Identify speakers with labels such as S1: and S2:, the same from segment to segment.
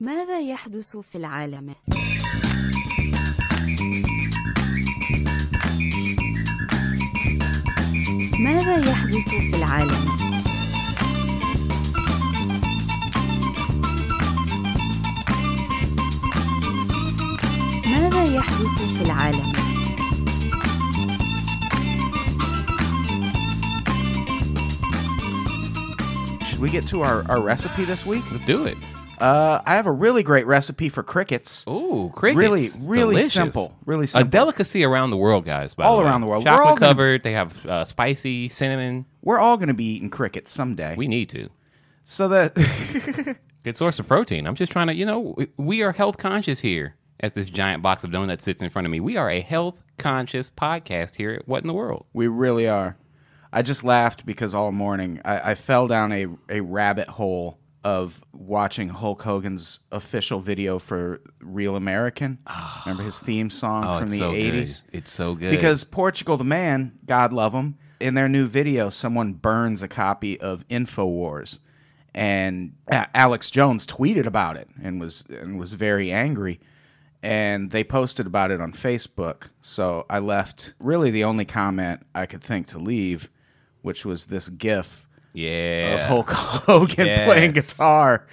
S1: ماذا يحدث في العالم؟ ماذا يحدث في العالم؟ ماذا يحدث في العالم؟
S2: Should we get to our, our recipe this week?
S3: Let's do it.
S2: Uh, I have a really great recipe for crickets.
S3: Ooh, crickets.
S2: Really, really
S3: Delicious.
S2: simple. Really
S3: A
S2: simple.
S3: delicacy around the world, guys. By
S2: All
S3: the way.
S2: around the world. We're all
S3: Chocolate
S2: gonna-
S3: covered. They have uh, spicy cinnamon.
S2: We're all going to be eating crickets someday.
S3: We need to.
S2: so that
S3: Good source of protein. I'm just trying to, you know, we, we are health conscious here. As this giant box of donuts sits in front of me, we are a health conscious podcast here at What in the World.
S2: we really are. I just laughed because all morning I, I fell down a, a rabbit hole of watching Hulk Hogan's official video for Real American. Remember his theme song
S3: Ah. Oh,
S2: from the
S3: it's so
S2: 80s?
S3: good. It's so good.
S2: Because Portugal the Man, God love him, in their new video, someone burns a copy of InfoWars. And A- Alex Jones tweeted about it and was and was very angry. And they posted about it on Facebook. So I left really the only comment I could think to leave, which was this GIF of
S3: yeah.
S2: Hulk Hogan
S3: Yes.
S2: playing guitar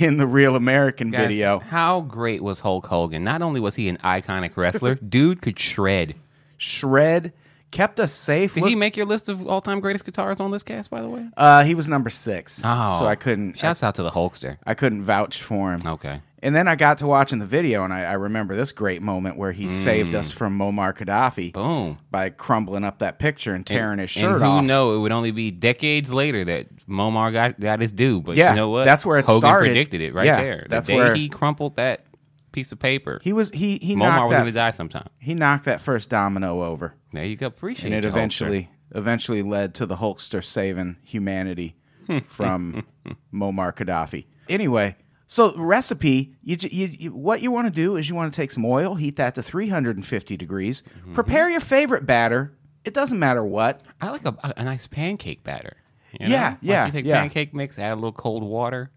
S2: in the Real American
S3: Guys,
S2: video.
S3: How great was Hulk Hogan? Not only was he an iconic wrestler, dude could shred.
S2: Shred kept us safe.
S3: Did
S2: Look-
S3: he make your list of all time greatest guitarists on this cast, by the way?
S2: Uh, he was number six,
S3: Oh.
S2: so I couldn't.
S3: Shouts out to the Hulkster.
S2: I couldn't vouch for him.
S3: Okay.
S2: And then I got to watching the video, and I, I remember this great moment where he saved
S3: Mm.
S2: us from Muammar Gaddafi
S3: Boom.
S2: by crumbling up that picture and tearing his shirt
S3: Oh. and who
S2: off.
S3: know it would only be decades later that Momar got, got his due. But
S2: Yeah,
S3: you know what?
S2: that's where it
S3: Hogan
S2: started.
S3: predicted it right
S2: Yeah,
S3: there. The
S2: that's
S3: day
S2: where-
S3: he crumpled that piece of paper.
S2: He was he he
S3: Momar
S2: knocked
S3: was going to
S2: that
S3: die sometime.
S2: he knocked that first domino over,
S3: There you go. Appreciate
S2: and it
S3: you, Hulkster.
S2: eventually eventually led to the Hulkster saving humanity from Muammar Gaddafi. Anyway. So recipe, you, j- you, you what you want to do is you want to take some oil, heat that to 350 degrees,
S3: Mm-hmm.
S2: prepare your favorite batter. It doesn't matter what.
S3: I like a, a, a nice pancake batter.
S2: Yeah,
S3: you know? Like
S2: yeah,
S3: you take
S2: yeah.
S3: pancake mix, add a little cold water.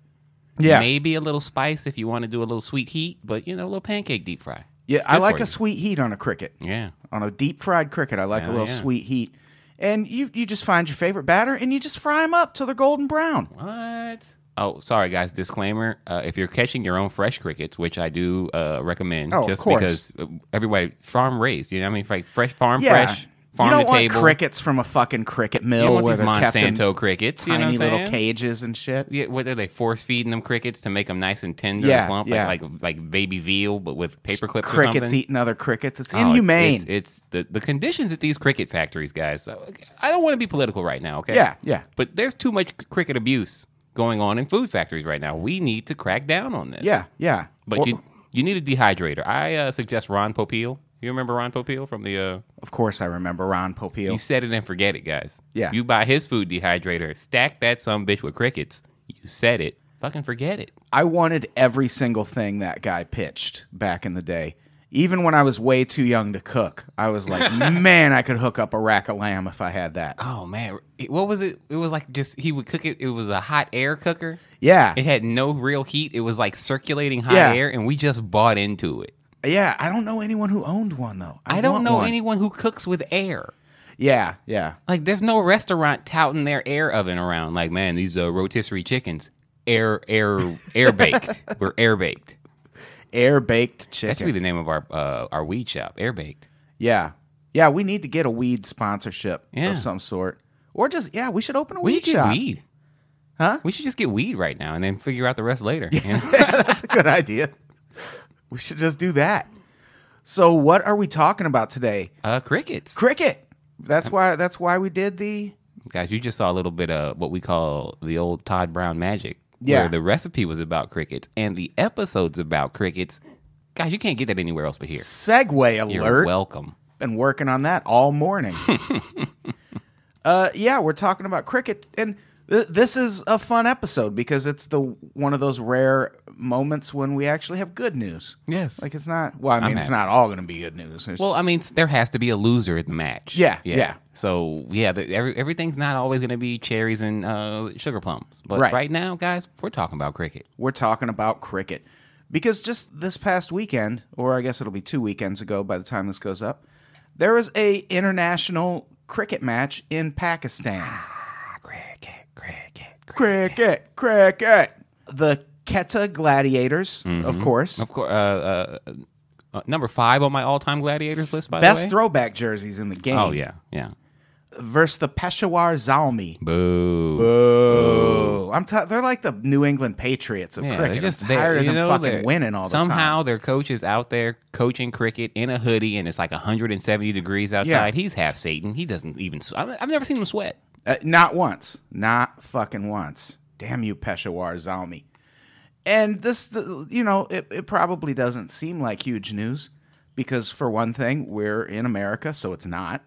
S2: Yeah.
S3: Maybe a little spice if you want to do a little sweet heat, but you know, a little pancake deep fry.
S2: Yeah,
S3: It's
S2: I
S3: good
S2: like a
S3: for you.
S2: sweet heat on a cricket.
S3: Yeah.
S2: On a deep fried cricket, I like a
S3: Hell
S2: little
S3: yeah.
S2: sweet heat. And you you just find your favorite batter and you just fry them up till they're golden brown.
S3: What? Oh, sorry, guys. Disclaimer: uh, If you're catching your own fresh crickets, which I do uh, recommend,
S2: Oh, of
S3: just
S2: course.
S3: because uh, everybody farm raised, you know, what I mean, like fresh farm
S2: Yeah.
S3: fresh
S2: you
S3: farm
S2: don't
S3: to
S2: want
S3: table.
S2: crickets from a fucking cricket mill
S3: you don't want
S2: where
S3: these
S2: they're kept in
S3: Monsanto crickets, you know,
S2: tiny
S3: what I'm
S2: little
S3: saying?
S2: cages and shit.
S3: Yeah, what are they force feeding them crickets to make them nice and tender
S2: Yeah,
S3: and plump,
S2: yeah.
S3: like, like like baby veal, but with paper clips. or
S2: Crickets
S3: something?
S2: eating other crickets. It's
S3: Oh, it's-
S2: inhumane.
S3: It's, it's the, the conditions at these cricket factories, guys. So, I don't want to be political right now, okay?
S2: Yeah, yeah.
S3: But there's too much cricket abuse going on in food factories right now. We need to crack down on this.
S2: yeah, yeah.
S3: But
S2: Or-
S3: you you need a dehydrator. I uh, suggest Ron Popeil. You remember Ron Popeil from the uh,
S2: of course I remember Ron
S3: You
S2: Popeil.
S3: Set It and Forget It guys.
S2: Yeah.
S3: You buy his food dehydrator, stack that some bitch with crickets. You set it, fucking forget it.
S2: I wanted every single thing that guy pitched back in the day. Even when I was way too young to cook, I was like, man, I could hook up a rack of lamb if I had that.
S3: Oh man, It- what was it? It was like just he would cook it. It was a hot air cooker.
S2: Yeah.
S3: It had no real heat. It was like circulating hot
S2: Yeah.
S3: air, and we just bought into it.
S2: Yeah, I don't know anyone who owned one though.
S3: I, don't
S2: want
S3: know
S2: one.
S3: anyone who cooks with air.
S2: Yeah, yeah.
S3: Like, there's no restaurant touting their air oven around. Like, man, these uh, rotisserie chickens, air, air, air baked. We're air baked.
S2: Air baked
S3: That should be
S2: chicken.
S3: the name of our uh, our weed shop. Air baked.
S2: yeah, yeah. We need to get a weed sponsorship
S3: Yeah.
S2: of some sort, or just yeah, we should open a
S3: We
S2: weed
S3: should get
S2: shop.
S3: weed.
S2: Huh?
S3: We should just get weed right now and then figure out the rest later. you know?
S2: That's a good idea. We should just do that. So, what are we talking about today?
S3: uh, crickets.
S2: Cricket. That's why. That's why we did the.
S3: Guys, you just saw a little bit of what we call the old Todd Brown magic.
S2: Yeah.
S3: Where the recipe was about crickets and the episodes about crickets. Guys, you can't get that anywhere else but here.
S2: Segway
S3: You're
S2: alert.
S3: welcome.
S2: been working on that all morning. uh, yeah, we're talking about cricket, and Th- This is a fun episode because it's the one of those rare moments when we actually have good news.
S3: Yes.
S2: Like it's not. Well, I mean, it's
S3: happy.
S2: not all going to be good news. There's-
S3: Well, I mean, s- there has to be a loser at the match.
S2: Yeah, yeah.
S3: So yeah, the, every, everything's not always going to be cherries and uh, sugar plums. But
S2: Right.
S3: right. now, guys, we're talking about cricket.
S2: we're talking about cricket because just this past weekend, or I guess it'll be two weekends ago by the time this goes up, there was a international cricket match in Pakistan.
S3: Ah, Cricket, cricket,
S2: Cricket, cricket. The Quetta Gladiators, of course.
S3: Mm-hmm. Of course, uh, uh, uh, number five on my all-time gladiators list. By
S2: Best
S3: the way,
S2: throwback jerseys in the game.
S3: Oh yeah, yeah.
S2: Versus the Peshawar Zalmi.
S3: Boo.
S2: Boo. I'm t- they're like the New England Patriots of
S3: Yeah,
S2: cricket.
S3: they're
S2: I'm
S3: there,
S2: tired of
S3: you
S2: them
S3: know, they're-
S2: fucking winning all the
S3: somehow
S2: time.
S3: their coach is out there coaching cricket in a hoodie, and it's like 170 degrees outside. He's half Satan. He doesn't even. s- I've I've never seen him sweat.
S2: Uh, not once. Not fucking once. Damn you, Peshawar Zalmi. And this, the- you know, it, it probably doesn't seem like huge news because, for one thing, we're in America, so it's not.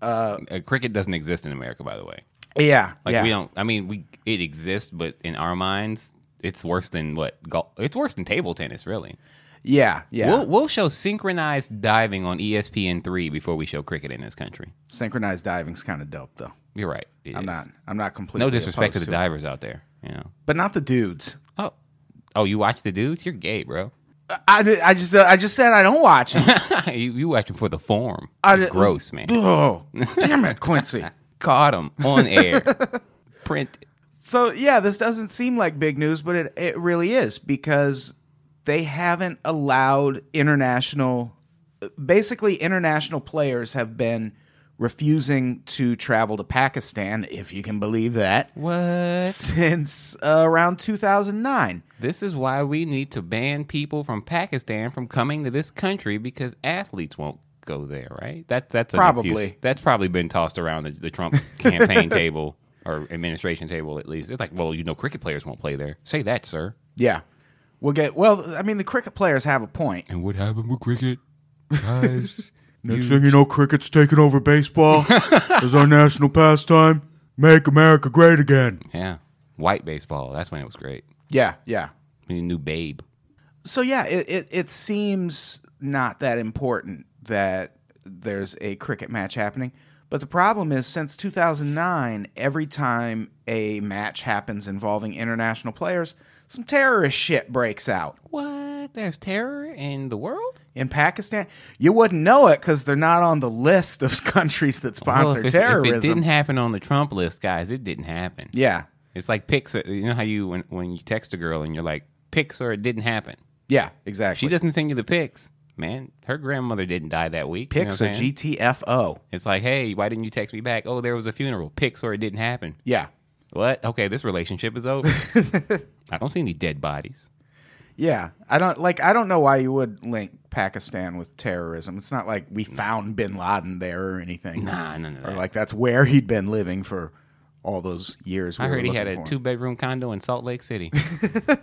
S3: Uh, cricket doesn't exist in America, by the way.
S2: Yeah.
S3: Like
S2: yeah.
S3: we don't. I mean, we it exists, but in our minds, it's worse than what golf. It's worse than table tennis, really.
S2: yeah. Yeah.
S3: We'll we'll show synchronized diving on E ESPN three before we show cricket in this country.
S2: Synchronized diving's kind of dope, though.
S3: You're right. it
S2: I'm
S3: is.
S2: not. I'm not completely.
S3: No disrespect to the
S2: opposed it.
S3: divers out there. You know.
S2: but not the dudes.
S3: Oh, oh, you watch the dudes? You're gay, bro.
S2: I, I just I just said I don't watch it.
S3: you you watching for the form?
S2: I
S3: You're
S2: ju-
S3: gross, man.
S2: oh, damn it, Quincy.
S3: Caught him on air. Print.
S2: So yeah, this doesn't seem like big news, but it, it really is because they haven't allowed international basically international players have been refusing to travel to Pakistan, if you can believe that,
S3: What?
S2: since uh, around 2009.
S3: This is why we need to ban people from Pakistan from coming to this country because athletes won't go there, right? That's that's an
S2: Probably.
S3: excuse. that's probably been tossed around the, the Trump campaign table or administration table at least. It's like, well, you know, cricket players won't play there. Say that, sir.
S2: Yeah. We'll get well, I mean the cricket players have a point.
S3: And what happened with cricket, guys?
S4: Next thing you know, cricket's taking over baseball as our national pastime. Make America great again.
S3: yeah, white baseball. That's when it was great.
S2: Yeah, yeah.
S3: We knew Babe.
S2: so yeah, it, it it seems not that important that there's a cricket match happening. But the problem is, since 2009, every time a match happens involving international players, some terrorist shit breaks out
S3: What? There's terror in the world.
S2: in Pakistan. You wouldn't know it because they're not on the list of countries that
S3: Well,
S2: sponsor
S3: if, it's-
S2: terrorism.
S3: if it didn't happen on the Trump list, guys, it didn't happen.
S2: yeah,
S3: It's like Pixar. You know how you when, when you text a girl and you're like Pixar, it didn't happen.
S2: yeah,
S3: She
S2: exactly.
S3: doesn't send you the pics, man. Her grandmother didn't die that week. you know
S2: Pics
S3: what
S2: or
S3: I'm saying?
S2: GTFO.
S3: It's like, hey, why didn't you text me back? Oh, there was a funeral. Pixar, it didn't happen.
S2: Yeah,
S3: What? Okay, this relationship is over. I don't see any dead bodies.
S2: Yeah, I don't like. I don't know why you would link Pakistan with terrorism. It's not like we found Bin Laden there or anything,
S3: Nah, none of
S2: or
S3: that.
S2: like that's where he'd been living for all those years. We
S3: I
S2: were
S3: heard he had
S2: looking
S3: a
S2: for
S3: two
S2: him.
S3: bedroom condo in Salt Lake City.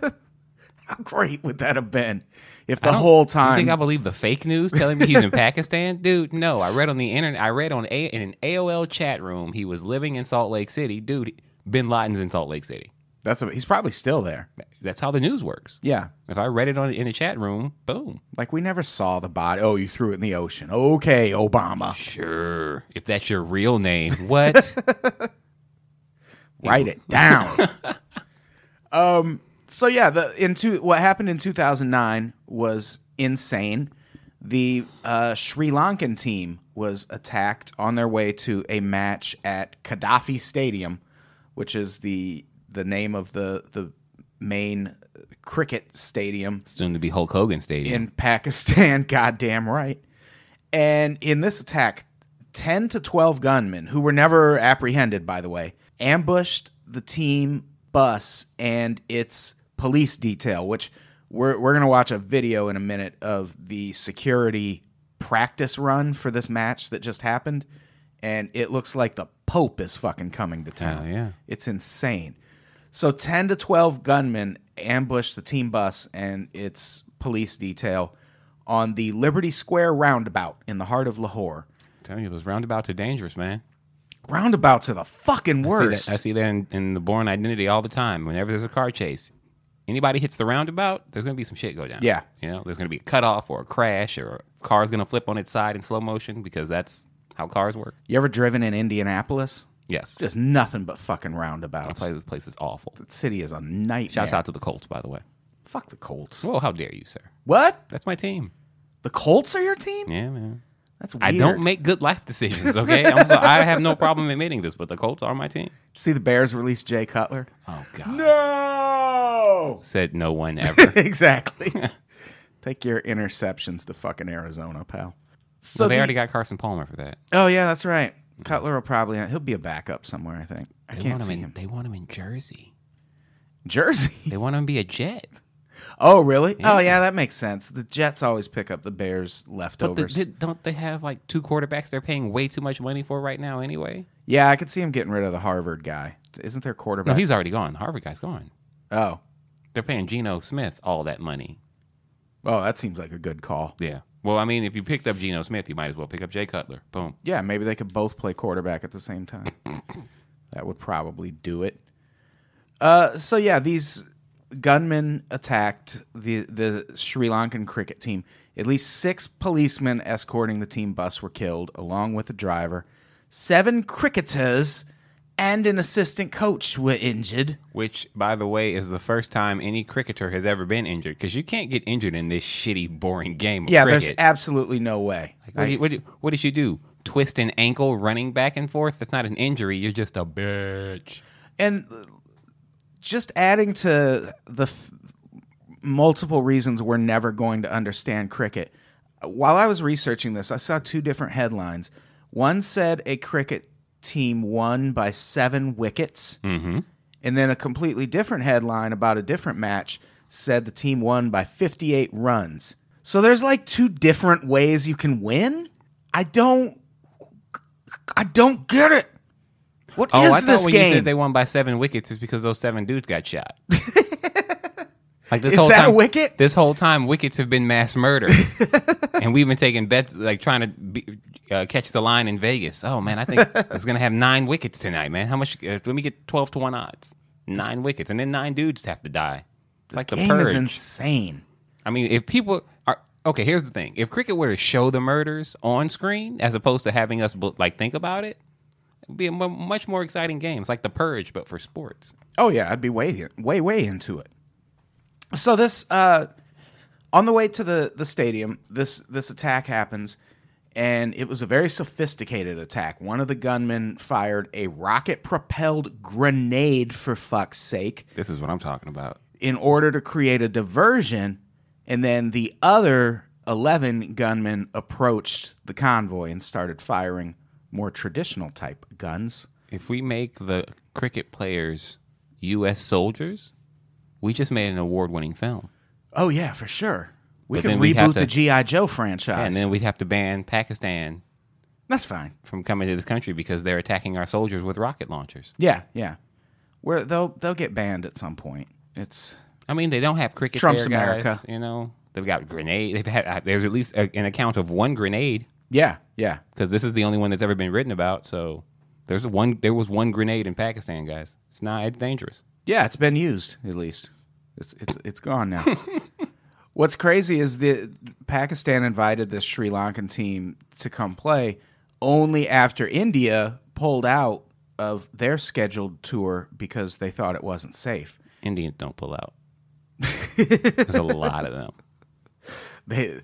S2: How great would that have been if the
S3: I don't-
S2: whole
S3: You
S2: time?
S3: think I believe the fake news telling me he's in Pakistan, dude? No, I read on the internet. I read on a in an AOL chat room he was living in Salt Lake City, dude. Bin Laden's in Salt Lake City.
S2: that's a, he's probably still there.
S3: That's how the news works.
S2: Yeah,
S3: If I read it on in a chat room, boom.
S2: like we never saw the body. Oh, you threw it in the ocean. Okay, Obama,
S3: Sure. Uh, If that's your real name, what?
S2: write it down. um. So yeah, the in two, what happened in 2009 was insane. the uh, Sri Lankan team was attacked on their way to a match at Gaddafi Stadium, which is the the name of the the main cricket stadium
S3: Soon to be Hulk Hogan Stadium.
S2: in Pakistan. Goddamn right. And in this attack, ten to twelve gunmen who were never apprehended, by the way, ambushed the team bus and its police detail, which we're we're gonna watch a video in a minute of the security practice run for this match that just happened. And it looks like the Pope is fucking coming to town.
S3: Oh, yeah.
S2: It's insane. So 10 to 12 gunmen ambushed the team bus and its police detail on the Liberty Square roundabout in the heart of Lahore.
S3: telling you, those roundabouts are dangerous, man.
S2: Roundabouts are the fucking
S3: See that-
S2: worst.
S3: I see that in, in the Born Identity all the time. Whenever there's a car chase, anybody hits the roundabout, there's going to be some shit go down.
S2: Yeah.
S3: you know, there's going to be a cutoff or a crash or a car's going to flip on its side in slow motion because that's how cars work.
S2: you ever driven in Indianapolis?
S3: Yes,
S2: Just nothing but fucking
S3: That
S2: roundabouts.
S3: place, this place is awful.
S2: That city is a nightmare.
S3: Shouts out to the Colts, by the way.
S2: Fuck the Colts.
S3: Whoa, how dare you, sir?
S2: What?
S3: That's my team.
S2: The Colts are your team?
S3: Yeah, man.
S2: That's weird.
S3: I don't make good life decisions. Okay, I'm so, I have no problem admitting this, but the Colts are my team.
S2: see the Bears release Jay Cutler.
S3: Oh God,
S2: No.
S3: said no one ever.
S2: exactly. Take your interceptions to fucking Arizona, pal. So
S3: well, they
S2: the-
S3: already got Carson Palmer for that.
S2: Oh yeah, that's right. Cutler will probably he'll be a backup somewhere. I think. I
S3: They
S2: can't
S3: want
S2: see
S3: him in,
S2: him.
S3: They want him in Jersey.
S2: Jersey.
S3: They want him to be a Jet.
S2: Oh really? Oh yeah, that makes sense. The Jets always pick up the Bears
S3: But the,
S2: leftovers.
S3: the, don't they have like two quarterbacks they're paying way too much money for right now anyway?
S2: yeah, I could see him getting rid of the Harvard guy. Isn't there
S3: No,
S2: quarterback?
S3: he's already gone. The Harvard guy's gone.
S2: oh,
S3: They're paying Geno Smith all that money.
S2: oh, that seems like a good call.
S3: Yeah. Well, I mean, if you picked up Geno Smith, you might as well pick up Jay Cutler. Boom.
S2: Yeah, maybe they could both play quarterback at the same time. that would probably do it. Uh, so yeah, these gunmen attacked the the Sri Lankan cricket team. At least six policemen escorting the team bus were killed, along with the driver. Seven cricketers and an assistant coach were injured.
S3: Which, by the way, is the first time any cricketer has ever been injured because you can't get injured in this shitty, boring game of
S2: Yeah, there's
S3: cricket.
S2: absolutely no way.
S3: what, do you- what, do you- what did you do? Twist an ankle running back and forth? That's not an injury. You're just a bitch.
S2: and just adding to the f- multiple reasons we're never going to understand cricket while i was researching this i saw two different headlines one said a cricket team won by seven wickets
S3: Mm-hmm.
S2: and then a completely different headline about a different match said the team won by 58 runs so there's like two different ways you can win i don't i don't get it What is
S3: Oh, I thought
S2: this
S3: when
S2: game
S3: you said they won by seven wickets, it's because those seven dudes got shot. like this
S2: Is
S3: whole
S2: that a
S3: time,
S2: wicket?
S3: This whole time, wickets have been mass murdered, and we've been taking bets, like trying to be, uh, catch the line in Vegas. Oh man, I think it's gonna have nine wickets tonight, man. How much? Uh, let me get twelve to one odds. Nine wickets, and then nine dudes have to die. It's like the
S2: game
S3: purge.
S2: is insane.
S3: I mean, if people are okay, here's the thing: if cricket were to show the murders on screen as opposed to having us bu- like think about it, it'd be a mu much more exciting game. It's like the Purge, but for sports.
S2: Oh yeah, I'd be way way way into it. So this uh, on the way to the the stadium, this this attack happens, and it was a very sophisticated attack. One of the gunmen fired a rocket propelled grenade for fuck's sake
S3: This is what I'm talking about.
S2: in order to create a diversion, and then the other eleven gunmen approached the convoy and started firing more traditional type guns.
S3: If we make the cricket players U.S. soldiers, we just made an award-winning film,
S2: Oh yeah, for sure. We
S3: But
S2: can
S3: then we'd have
S2: reboot
S3: to-
S2: the GI Joe franchise.
S3: and then we'd have to ban Pakistan
S2: That's fine.
S3: from coming to this country because they're attacking our soldiers with rocket launchers.
S2: Yeah, yeah. Where they'll they'll get banned at some point. It's
S3: I mean, they don't have cricket.
S2: Trump's
S3: there, guys,
S2: America.
S3: you know. They've got grenade. They've had. uh, There's at least a, an account of one grenade
S2: yeah, yeah.
S3: because this is the only one that's ever been written about. So there's one. There was one grenade in Pakistan, guys. It's not. It's dangerous.
S2: Yeah, it's been used at least. It's it's it's gone now. What's crazy is the Pakistan invited this Sri Lankan team to come play only after India pulled out of their scheduled tour because they thought it wasn't safe.
S3: Indians don't pull out. there's a lot of them.
S2: They, th-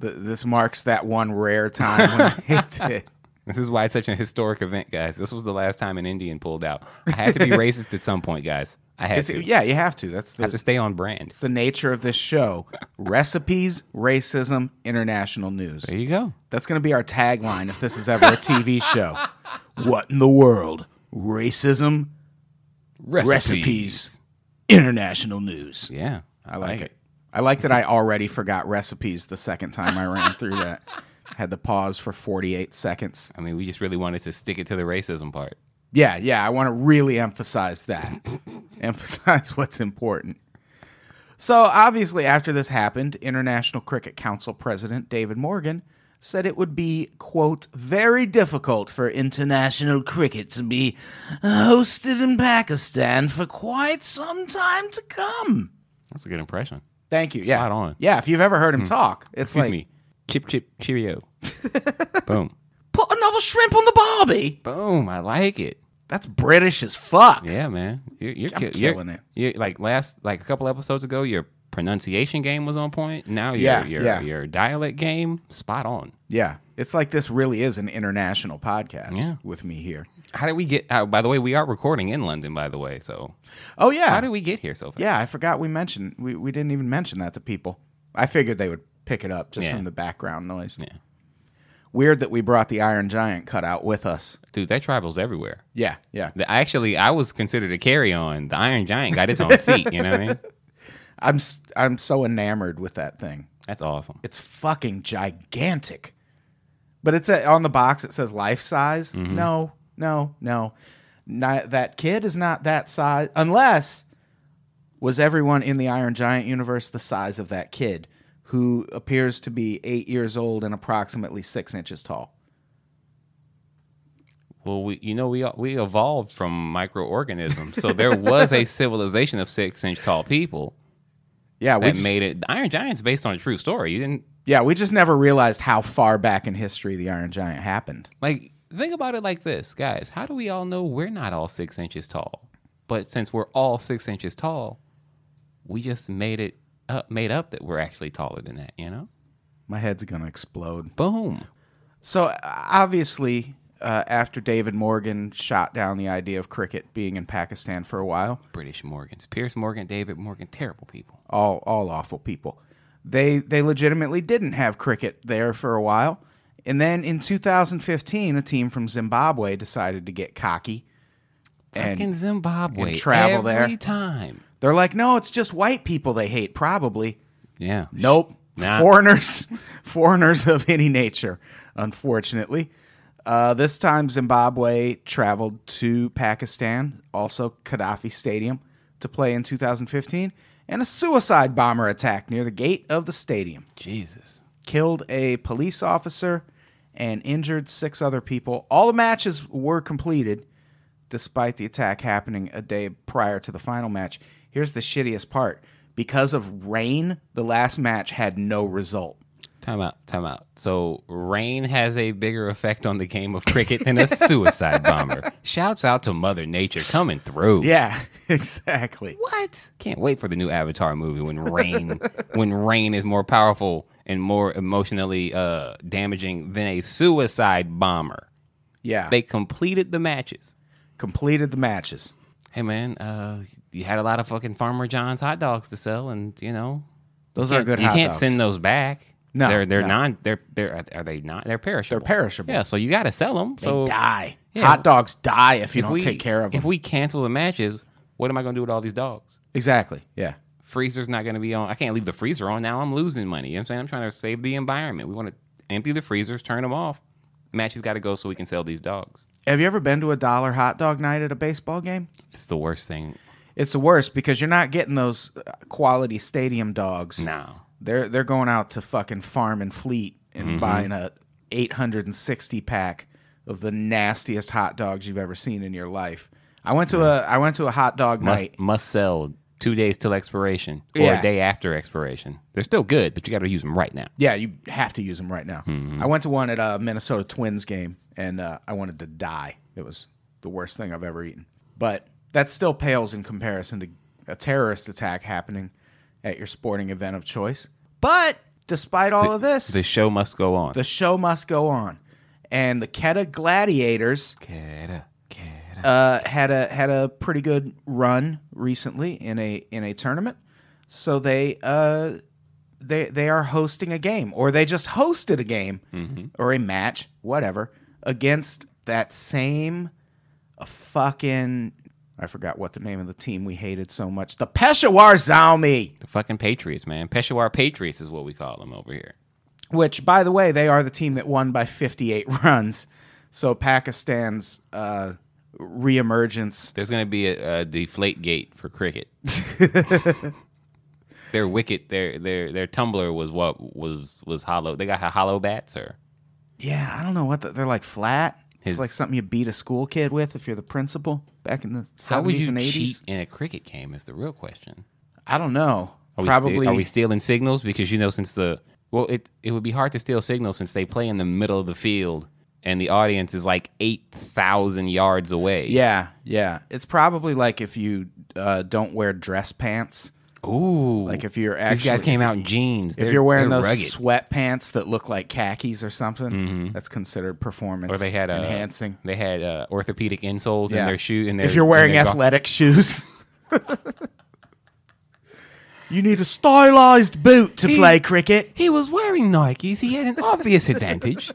S2: this marks that one rare time when they did.
S3: This is why it's such a historic event, guys. This was the last time an Indian pulled out. I had to be racist at some point, guys. I had
S2: It's,
S3: to.
S2: yeah, you have to. That's
S3: I
S2: the,
S3: have to stay on brand.
S2: the nature of this show recipes, racism, international news.
S3: There you go.
S2: That's going to be our tagline if this is ever a TV show. What in the world? Racism, recipes, international news.
S3: Yeah, I like it.
S2: I like that I already forgot recipes the second time I ran through that. Had to pause for 48 seconds.
S3: I mean, we just really wanted to stick it to the racism part.
S2: Yeah, yeah, I want to really emphasize that. emphasize what's important. So, obviously, after this happened, International Cricket Council President David Morgan said it would be, quote, very difficult for international cricket to be hosted in Pakistan for quite some time to come.
S3: That's a good impression.
S2: Thank you. Yeah.
S3: Spot on. Hmm.
S2: Yeah, if you've ever heard him talk, it's
S3: Excuse
S2: like
S3: me. Chip chip cheerio. Boom.
S2: put another shrimp on the barbie.
S3: Boom. I like it.
S2: That's British as fuck.
S3: Yeah, man. You're, you're,
S2: I'm
S3: ki- you're-
S2: killing it.
S3: You're, like last, like a couple episodes ago, your pronunciation game was on point. Now your
S2: Yeah,
S3: your
S2: yeah.
S3: your dialect game, spot on.
S2: Yeah. It's like this really is an international podcast
S3: Yeah.
S2: with me here.
S3: How did we get? Uh, by the way, we are recording in London. By the way, so
S2: Oh yeah.
S3: how did we get here so far?
S2: Yeah, I forgot we mentioned we, we didn't even mention that to people. I figured they would pick it up just
S3: Yeah.
S2: from the background noise.
S3: Yeah.
S2: Weird that we brought the Iron Giant cutout with us.
S3: Dude, that travels everywhere.
S2: Yeah, yeah.
S3: The- Actually, I was considered a carry on. The Iron Giant got its own seat. You know what I mean?
S2: I'm s- I'm so enamored with that thing.
S3: That's awesome.
S2: It's fucking gigantic. But it's a, on the box it says life size.
S3: Mm-hmm.
S2: No, no, no. Not, that kid is not that size unless was everyone in the Iron Giant universe the size of that kid who appears to be 8 years old and approximately 6 inches tall.
S3: Well, we you know we we evolved from microorganisms, so there was a civilization of six inch tall people
S2: Yeah, we
S3: that
S2: just,
S3: made it. The Iron Giant's based on a true story. You didn't
S2: Yeah, we just never realized how far back in history the Iron Giant happened.
S3: Like, think about it like this, guys. How do we all know we're not all six inches tall? But since we're all six inches tall, we just made it up, made up that we're actually taller than that. You know?
S2: My head's going to explode.
S3: Boom.
S2: So uh, obviously, uh, after David Morgan shot down the idea of cricket being in Pakistan for a while,
S3: British Morgans, Pierce Morgan, David Morgan, terrible people.
S2: all all awful people, they they legitimately didn't have cricket there for a while, and then in 2015, a team from Zimbabwe decided to get cocky, and
S3: Fucking Zimbabwe.
S2: and travel
S3: every
S2: there.
S3: time.
S2: they're like, "No, it's just white people they hate, probably."
S3: Yeah.
S2: Nope.
S3: Nah.
S2: Foreigners, foreigners of any nature, unfortunately. Uh, this time, Zimbabwe traveled to Pakistan, also Gaddafi Stadium, to play in 2015, and a suicide bomber attack near the gate of the stadium
S3: Jesus.
S2: killed a police officer and injured six other people. All the matches were completed despite the attack happening a day prior to the final match. Here's the shittiest part because of rain, the last match had no result.
S3: Time out. Time out. So rain has a bigger effect on the game of cricket than a suicide bomber. Shouts out to Mother Nature coming through.
S2: Yeah, exactly.
S3: What? Can't wait for the new Avatar movie when rain when rain is more powerful and more emotionally uh, damaging than a suicide bomber.
S2: Yeah. They
S3: They completed the matches.
S2: completed the matches.
S3: Hey man, uh, you had a lot of fucking Farmer John's hot dogs to sell, and you know
S2: Those are
S3: can't-
S2: good
S3: you
S2: hot
S3: can't
S2: dogs.
S3: send those back.
S2: No,
S3: they're they're
S2: no.
S3: non they're they're are they not they're perishable.
S2: They're perishable.
S3: Yeah, so you got to sell them.
S2: they
S3: so
S2: die.
S3: Yeah.
S2: hot dogs die if you don't
S3: we-
S2: take care of them.
S3: If we cancel the matches, what am I going to do with all these dogs?
S2: exactly. Yeah.
S3: freezer's not going to be on. I can't leave the freezer on. Now I'm losing money. You know what I'm saying? I'm trying to save the environment. We want to empty the freezers, turn them off. Matches got to go so we can sell these dogs.
S2: Have you ever been to a dollar hot dog night at a baseball game?
S3: It's the worst thing
S2: It's the worst because you're not getting those uh, quality stadium dogs.
S3: now.
S2: They're they're going out to fucking farm and fleet and buying a 860 pack of the nastiest hot dogs you've ever seen in your life. I went to a I went to a hot dog
S3: Must
S2: night.
S3: must sell two days till expiration or
S2: Yeah.
S3: a day after expiration. They're still good, but you got to use them right now.
S2: Yeah, you have to use them right now. I went to one at a Minnesota Twins game and uh, I wanted to die. It was the worst thing I've ever eaten. But that still pales in comparison to a terrorist attack happening at your sporting event of choice. But despite all of this,
S3: The show must go on.
S2: the show must go on. And the Keta Gladiators
S3: Keda, keda.
S2: uh, had a had a pretty good run recently in a in a tournament. So they uh, they they are hosting a game, or they just hosted a game or a match, whatever, against that same a fucking I forgot what the name of the team we hated so much, the Peshawar Zalmi.
S3: the fucking Patriots, man. Peshawar Patriots is what we call them over here.
S2: which by the way they are the team that won by 58 runs so pakistan's uh, reemergence
S3: There's going to be a, a deflate gate for cricket. their wicket, their their their tumbler was what was was hollow. They got hollow bats or
S2: Yeah, I don't know what the, they're like flat.
S3: His-
S2: it's like something you beat a school kid with if you're the principal back in the
S3: How would
S2: seventies
S3: you
S2: and
S3: cheat
S2: eighties.
S3: in a cricket game? Is the real question.
S2: I don't know.
S3: Are we
S2: Probably.
S3: Ste- are we stealing signals? Because you know, since the well, it it would be hard to steal signals since they play in the middle of the field and the audience is like eight thousand yards away.
S2: yeah, yeah. It's probably like if you uh, don't wear dress pants.
S3: Ooh.
S2: Like if you're
S3: these
S2: actually
S3: guys came out in jeans.
S2: If
S3: They're-
S2: you're wearing
S3: they're
S2: those
S3: rugged. Mm-hmm.
S2: sweatpants that look like khakis or something, that's considered performance
S3: or they had uh,
S2: enhancing.
S3: They had uh, orthopedic insoles in
S2: Yeah.
S3: their shoe. In their,
S2: if you're wearing
S3: in their go-
S2: athletic shoes. you need a stylized boot to
S3: He-
S2: play cricket.
S3: he was wearing Nikes. He had an obvious advantage.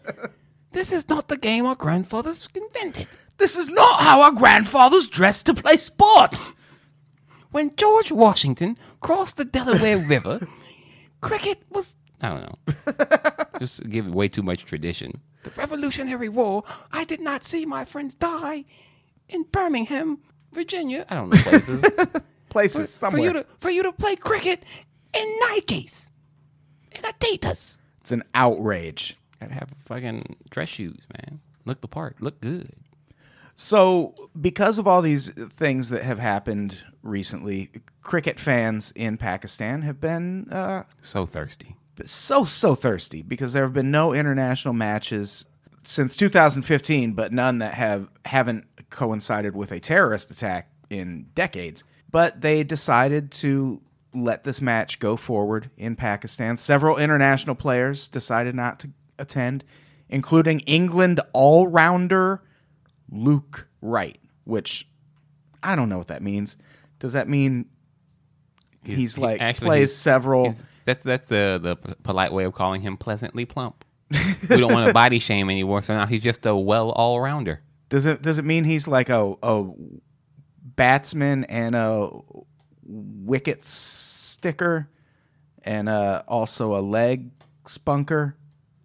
S3: This is not the game our grandfathers invented.
S2: This is not how our grandfathers dressed to play sport.
S3: When George Washington crossed the Delaware River, cricket was. I don't know. Just give way too much tradition. The Revolutionary War, I did not see my friends die in Birmingham, Virginia. I don't know places.
S2: Places
S3: for, you
S2: somewhere.
S3: to, for you to play cricket in Nikes and Adidas.
S2: it's an outrage.
S3: Gotta have fucking dress shoes, man. Look the part. Look good.
S2: So, because of all these things that have happened recently, cricket fans in Pakistan have been uh,
S3: So thirsty.
S2: so so thirsty because there have been no international matches since 2015, but none that have haven't coincided with a terrorist attack in decades. But they decided to let this match go forward in Pakistan. Several international players decided not to attend, including England all-rounder Luke Wright, which I don't know what that means. Does that mean he's,
S3: he-
S2: like
S3: actually,
S2: plays
S3: he's-
S2: several
S3: It's- That's that's the the p- polite way of calling him pleasantly plump. we don't want to body shame anymore, so now he's just a well all rounder.
S2: Does it does it mean he's like a a batsman and a wicket sticker and uh also a leg spunker?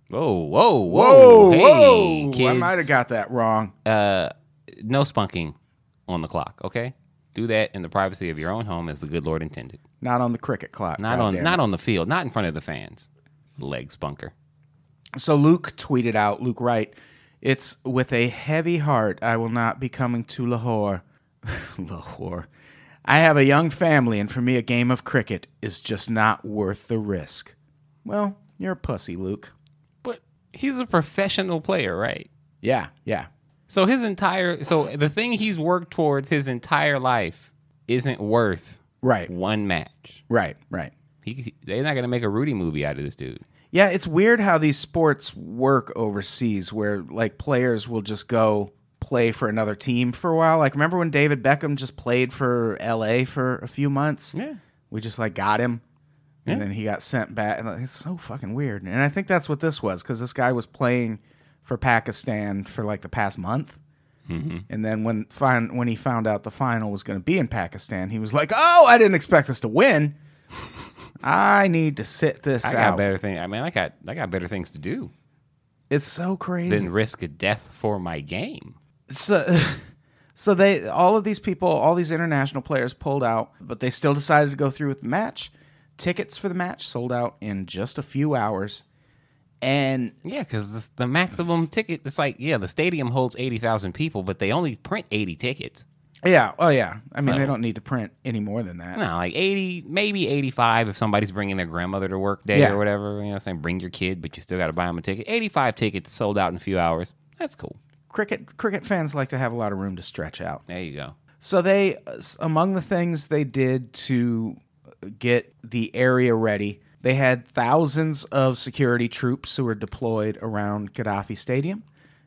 S3: Whoa, whoa, whoa, hey, Kids,
S2: I might have got that wrong.
S3: no spunking on the clock. Okay, do that in the privacy of your own home, as the good Lord intended.
S2: Not on the cricket clock.
S3: Not
S2: God
S3: on
S2: damn it.
S3: not on the field, not in front of the fans. Leg spunker.
S2: So Luke tweeted out, Luke Wright, it's with a heavy heart I will not be coming to Lahore. Lahore. I have a young family, and for me, a game of cricket is just not worth the risk. Well, you're a pussy, Luke.
S3: But he's a professional player, right?
S2: Yeah, yeah.
S3: So his entire so the thing he's worked towards his entire life isn't worth
S2: Right,
S3: one match.
S2: right, right.
S3: He, they're not gonna make a Rudy movie out of this dude.
S2: Yeah, it's weird how these sports work overseas where like players will just go play for another team for a while. Like remember when David Beckham just played for LA for a few months?
S3: Yeah.
S2: We just like got him and then he got sent back. And, like, It's so fucking weird. And I think that's what this was cuz this guy was playing for Pakistan for like the past month.
S3: Mm-hmm.
S2: And then when fin- when he found out the final was going to be in Pakistan, he was like, "Oh, I didn't expect us to win. I need to sit this
S3: I
S2: out."
S3: got better thing. I mean, I got I got better things to do
S2: It's so crazy.
S3: than risk a death for my game.
S2: so, so they all of these people, all these international players pulled out, but they still decided to go through with the match. Tickets for the match sold out in just a few hours, and
S3: Yeah, because the maximum ticket. It's like yeah, the stadium holds eighty thousand people, but they only print eighty tickets.
S2: yeah, oh yeah. I mean,
S3: So-
S2: they don't need to print any more than that.
S3: No, like eighty, maybe eighty-five if somebody's bringing their grandmother to work day
S2: Yeah.
S3: or whatever. You know, what I'm saying bring your kid, but you still got to buy them a ticket. Eighty-five tickets sold out in a few hours. That's cool.
S2: Cricket cricket fans like to have a lot of room to stretch out.
S3: There you go.
S2: So they among the things they did to get the area ready, they had thousands of security troops who were deployed around Gaddafi Stadium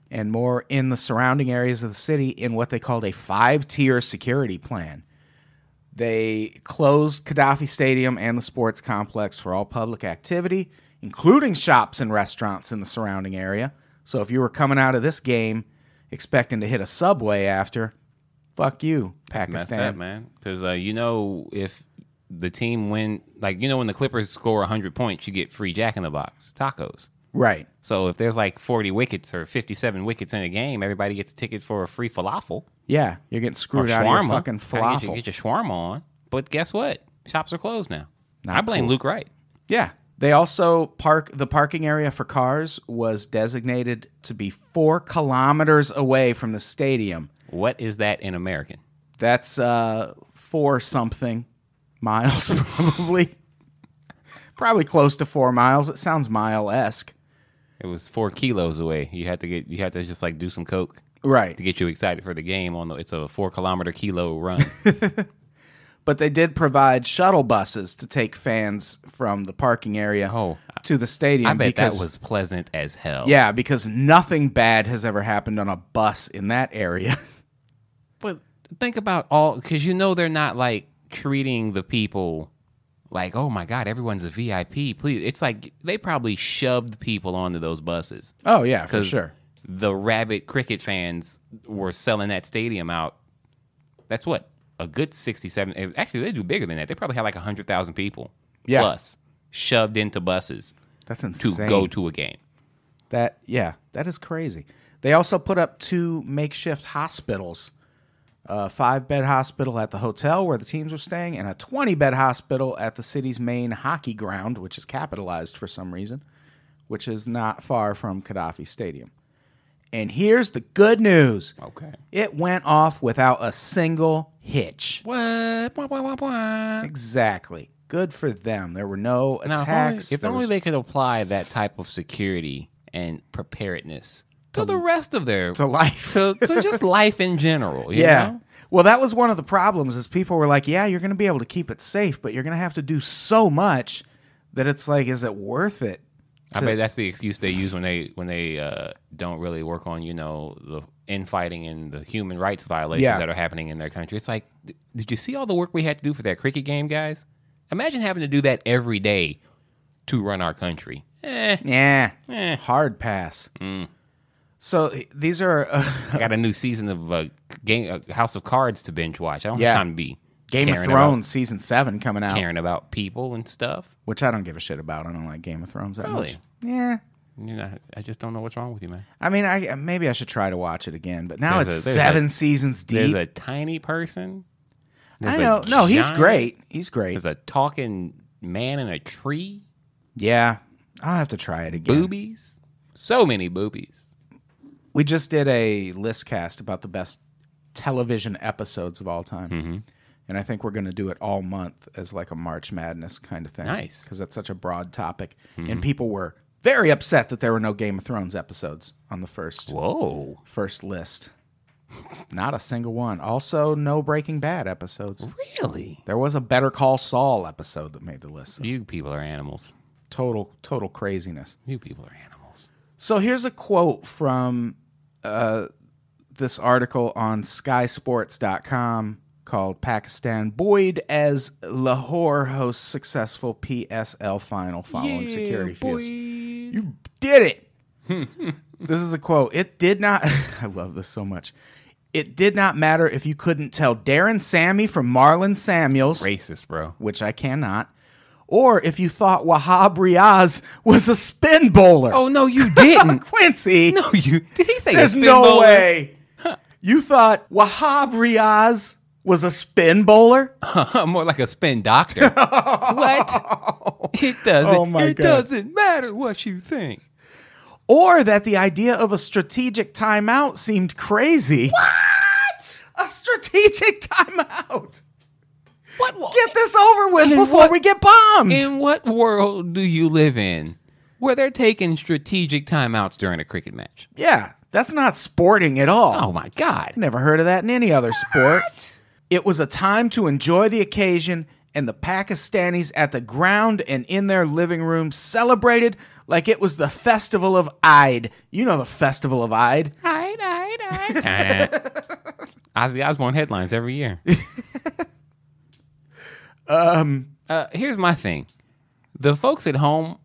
S2: and more in the surrounding areas of the city in what they called a five-tier security plan. They closed Gaddafi Stadium and the sports complex for all public activity, including shops and restaurants in the surrounding area. So if you were coming out of this game expecting to hit a subway after, fuck you,
S3: Messed
S2: Pakistan.
S3: up, man. Because uh, you know, if the team win, like you know, when the Clippers score hundred points, you get free Jack in the Box tacos.
S2: Right.
S3: So if there's like forty wickets or fifty-seven wickets in a game, everybody gets a ticket for a free falafel
S2: Yeah, you're getting
S3: or
S2: screwed out of
S3: shawarma.
S2: your fucking
S3: Gotta Get your,
S2: falafel.
S3: get your shawarma on. But guess what? Shops are closed now.
S2: Not
S3: I blame
S2: cool.
S3: Luke Wright.
S2: Yeah, They also park the parking area for cars was designated to be four kilometers away from the stadium.
S3: What is that in American?
S2: That's uh, four something miles, probably. probably close to four miles. It sounds mile esque.
S3: It was four kilos away. You had to get. You had to just like do some coke
S2: Right.
S3: to get you excited for the game. On the, it's a four kilometer kilo run.
S2: But they did provide shuttle buses to take fans from the parking area
S3: Oh, I-
S2: to the stadium.
S3: I bet that
S2: because-
S3: was pleasant as hell.
S2: Yeah, because nothing bad has ever happened on a bus in that area.
S3: But think about all because you know they're not like treating the people like oh my god everyone's a VIP. Please, it's like they probably shoved people onto those buses.
S2: oh yeah, for
S3: 'Cause
S2: sure.
S3: The rabid cricket fans were selling that stadium out. That's what a good sixty-seven. eh, Actually, they do bigger than that. They probably had like hundred thousand people
S2: Yeah.
S3: plus shoved into buses
S2: That's
S3: to
S2: insane.
S3: go to a game.
S2: That yeah, that is crazy. They also put up two makeshift hospitals. A five bed hospital at the hotel where the teams were staying, and a 20 bed hospital at the city's main hockey ground, which is capitalized for some reason, which is not far from Gaddafi Stadium. And here's the good news
S3: Okay.
S2: it went off without a single hitch.
S3: What? Wah, wah, wah, wah.
S2: Exactly. Good for them. There were no
S3: Now, if
S2: attacks.
S3: only, if
S2: There
S3: only
S2: was-
S3: they could apply that type of security and preparedness to the rest of their
S2: to life.
S3: to, to just life in general. you
S2: yeah.
S3: know?
S2: Well, that was one of the problems is people were like, "Yeah, you're going to be able to keep it safe, but you're going to have to do so much that it's like, is it worth it?"
S3: I bet that's the excuse they use when they when they uh, don't really work on you know the infighting and the human rights violations
S2: Yeah.
S3: that are happening in their country. It's like, d- did you see all the work we had to do for that cricket game, guys? Imagine having to do that every day to run our country. Eh,
S2: Yeah.
S3: Eh. Mm.
S2: Hard pass. So eh, these are uh,
S3: I got a new season of uh, game uh, House of Cards to binge watch. I don't
S2: Yeah.
S3: have time to be
S2: Game of
S3: caring about-
S2: Thrones season 7 coming out,
S3: caring about people and stuff.
S2: which I don't give a shit about. I don't like Game of Thrones that
S3: Really?
S2: much. Yeah.
S3: You know, I just don't know what's wrong with you, man.
S2: I mean, I maybe I should try to watch it again, but now
S3: There's
S2: it's
S3: a- there's a-
S2: 7 seasons
S3: There's
S2: deep.
S3: a tiny person.
S2: I
S3: There's a
S2: know. No, he's
S3: giant-
S2: great. He's great.
S3: There's a talking man in a tree.
S2: Yeah, I'll have to try it again.
S3: Boobies. So many boobies.
S2: We just did a list cast about the best television episodes of all time. And I think we're going to do it all month as like a March Madness kind of thing.
S3: Nice.
S2: Because that's such a broad topic. And people were very upset that there were no Game of Thrones episodes on the first
S3: Whoa.
S2: first list. Not a single one. Also, no Breaking Bad episodes.
S3: Really?
S2: There was a Better Call Saul episode that made the list.
S3: You people are animals.
S2: Total, total craziness.
S3: You people are animals.
S2: So here's a quote from uh, this article on skysports.com called Pakistan Boyd as Lahore hosts successful PSL final following security fears. You did it. this is a quote. It did not I love this so much. It did not matter if you couldn't tell Darren Sammy from Marlon Samuels
S3: Racist, bro.
S2: which I cannot, or if you thought Wahab Riaz was a spin bowler.
S3: Oh no, you didn't.
S2: Quincy,
S3: no, you did he say a
S2: there's
S3: spin
S2: no
S3: bowler?
S2: way. You thought Wahab Riaz was a spin bowler?
S3: More like a spin doctor. what? It doesn't.
S2: Oh, my
S3: it
S2: God.
S3: doesn't matter what you think.
S2: Or that the idea of a strategic timeout seemed crazy? What? A strategic timeout?
S3: What?
S2: Get this over with
S3: In
S2: before
S3: what-
S2: we get bombed.
S3: In what world do you live in where they're taking strategic timeouts during a cricket match?
S2: yeah, that's not sporting at all.
S3: Oh my God.
S2: Never heard of that in any other sport. It was a time to enjoy the occasion, and the Pakistanis at the ground and in their living room celebrated like it was the festival of Eid. You know the festival of Eid.
S3: Aight, aight, aight. Ozzy Osbourne headlines every year.
S2: Um,
S3: Uh, here's my thing the folks at home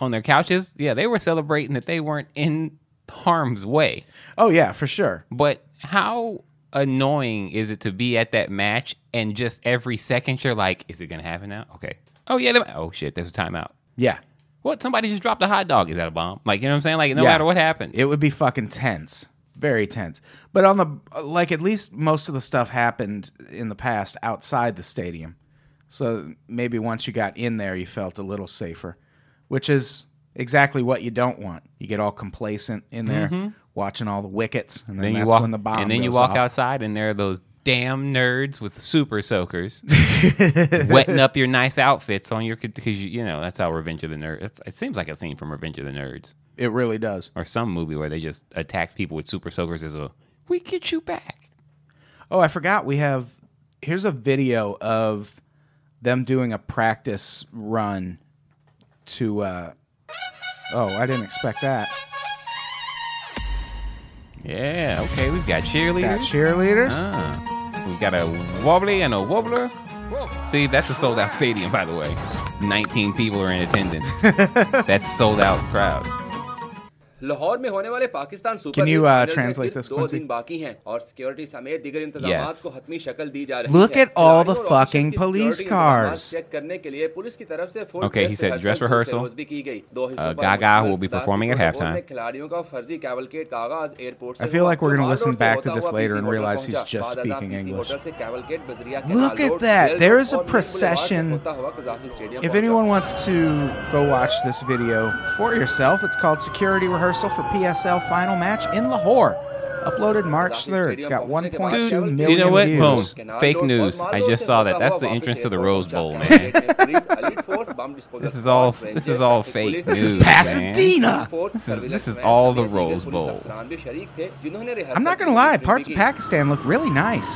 S3: on their couches, yeah, they were celebrating that they weren't in harm's way.
S2: oh yeah, for sure.
S3: But how annoying is it to be at that match and just every second you're like, is it going to happen now? Okay. Oh, yeah. they- Oh, shit. There's a timeout.
S2: Yeah.
S3: What? Somebody just dropped a hot dog. Is that a bomb? Like, you know what I'm saying? Like, no
S2: Yeah.
S3: matter what happened.
S2: It would be fucking tense. Very tense. But on the like at least most of the stuff happened in the past outside the stadium. So maybe once you got in there you felt a little safer. which is exactly what you don't want. You get all complacent in there, watching all the wickets, and then,
S3: Mm-hmm. Then you
S2: that's
S3: walk
S2: when the bomb
S3: and then you
S2: goes
S3: walk
S2: off.
S3: outside, and there are those damn nerds with super soakers wetting up your nice outfits on your because you, you know that's how Revenge of the Nerds. It seems like a scene from Revenge of the Nerds
S2: It really does.
S3: or some movie where they just attack people with super soakers as a we get you back.
S2: Oh, I forgot. We have here's a video of them doing a practice run to. Uh, oh, I didn't expect that.
S3: Yeah, okay, we've got cheerleaders.
S2: Got cheerleaders.
S3: Ah, we've got a wobbly and a wobbler. See, that's a sold out stadium, by the way. 19 people are in attendance. that's sold out crowd.
S5: Lahore में होने वाले Pakistan super
S2: Can you,
S5: league
S2: uh,
S5: final के
S2: translate
S5: सिर्फ
S2: this,
S5: दो
S2: Quincy?
S5: दिन बाकी हैं और सिक्योरिटी समेत दिगर इंतजाम
S3: Yes.
S5: को हतमी शक्ल दी जा रही
S2: Look
S5: है
S2: at all the
S5: खिलाड़ियों और officials
S2: fucking
S5: की
S2: police
S5: security इंतजाम
S2: cars.
S5: चेक करने के लिए पुलिस की तरफ से full
S3: Okay, he
S5: dress
S3: said dress
S5: full
S3: rehearsal.
S5: surveillance भी की गई दो हिस्सों
S3: Uh,
S5: पर
S3: Gaga
S5: मुश्तमिल
S3: will be
S5: star
S3: performing at
S5: की फुटबॉल
S3: halftime.
S5: में खिलाड़ियों का फर्जी कैवलकेड का आगाज एयरपोर्ट
S2: I
S5: से
S2: feel
S5: हुआ,
S2: like we're
S5: जो
S2: gonna
S5: बालोर
S2: listen
S5: से
S2: back to
S5: होता
S2: this
S5: हुआ
S2: later and
S5: PC hotel
S2: realize he's
S5: पहुंचा।
S2: just
S5: बाद आधा
S2: speaking
S5: PC
S2: English.
S5: होटल से कैवलकेड बजरिया के
S2: Look
S5: नाल
S2: at
S5: road,
S2: that.
S5: Rail
S2: There
S5: road
S2: is a
S5: और मेन बुलेवार से
S2: procession.
S5: होता हुआ कजाफी
S2: If
S5: स्टेडियम पहुंचा।
S2: anyone wants to go watch this video for yourself, it's called Security Rehearsal for PSL Final Match in Lahore. Uploaded March 3rd. It's got 1.2
S5: Dude,
S2: million
S3: you know what? Boom.
S2: views.
S3: Fake news. I just saw that. That's the entrance to the Rose Bowl, man.
S5: this
S3: is all- this is all fake
S2: This is
S3: news,
S2: Pasadena.
S5: This
S3: is- this is all the Rose Bowl.
S5: I'm
S2: I'm not going to lie, parts of Pakistan look really nice.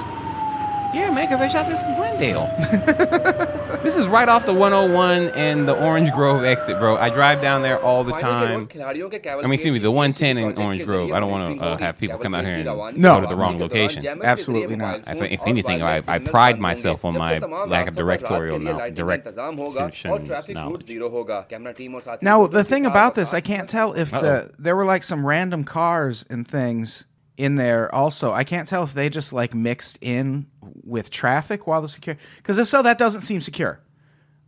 S3: Yeah, man, because they shot this in Glendale. this is right off the 101 and the Orange Grove exit, bro. I drive down there all the time.
S5: I
S3: mean, excuse me, the 110 in Orange Grove. I don't wanna, uh, have people come out here and
S2: No.
S5: go to the wrong location.
S2: Absolutely not.
S3: I think- if anything, I- I pride myself on my lack of directorial knowl- direct- knowledge.
S5: ah,
S2: Now, the thing about this, I can't tell if the
S3: Uh-oh.
S2: there were like some random cars and things in there also. I can't tell if they just like mixed in with traffic while the secure cuz if so that doesn't seem secure.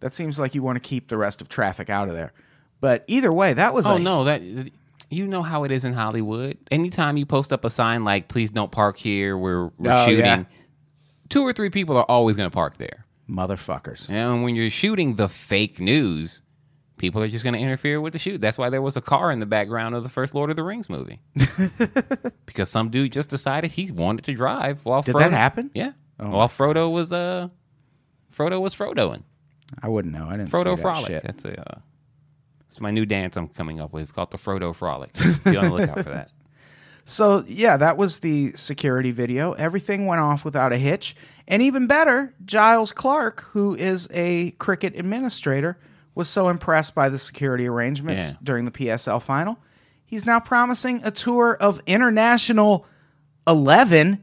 S2: That seems like you want to keep the rest of traffic out of there. But either way, that was
S3: Oh
S2: a-
S3: no, that you know how it is in Hollywood. Anytime you post up a sign like "Please don't park here," we're, we're
S2: Oh,
S3: shooting.
S2: yeah.
S3: Two or three people are always going to park there,
S2: motherfuckers.
S3: and when you're shooting the fake news, people are just going to interfere with the shoot. That's why there was a car in the background of the first Lord of the Rings movie, because some dude just decided he wanted to drive while
S2: Did
S3: Frodo,
S2: that happen? Oh.
S3: Yeah, while Frodo was uh, Frodo was Frodoing.
S2: I wouldn't know. I didn't see
S3: Frodo
S2: that
S3: Frolic.
S2: shit.
S3: That's a. Uh, it's my new dance I'm coming up with. It's called the Frodo Frolic. Be on the lookout for that.
S2: So yeah, that was the security video. Everything went off without a hitch, and even better, Giles Clark, who is a cricket administrator, was so impressed by the security arrangements
S3: Yeah.
S2: during the PSL final, he's now promising a tour of international eleven.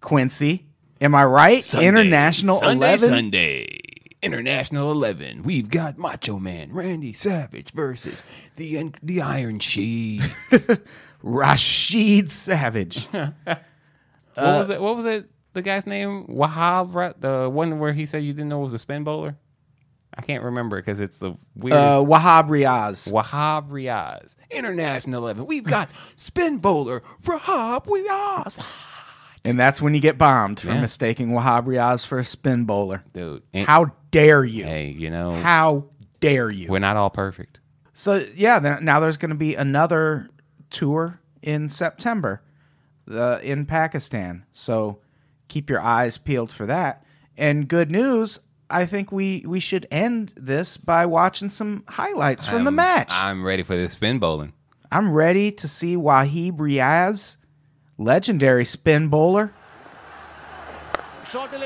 S2: Quincy, am I right? international Oh, eleven.
S3: Sunday. International 11. We've got Macho Man Randy Savage versus the uh, the Iron Sheik.
S2: Rashid Savage.
S3: what
S2: Uh,
S3: was it? What was it? The guy's name Wahab, right? the one where he said you didn't know was a spin bowler. I can't remember because it's the weirdest.
S2: Uh, Wahab Riaz.
S3: Wahab Riaz, International 11. We've got spin bowler Wahab Riaz.
S2: And that's when you get bombed for
S3: Yeah.
S2: mistaking Wahab Riaz for a spin bowler.
S3: Dude, and-
S2: How dare you?
S3: Hey, you know,
S2: How dare you?
S3: we're not all perfect.
S2: So yeah, th- now there's going to be another tour in September, the in Pakistan. So keep your eyes peeled for that. And good news, I think we we should end this by watching some highlights from the
S3: I'm-
S2: match. I'm,
S3: I'm ready for this spin bowling.
S2: ready to see Wahib Riaz, legendary spin bowler.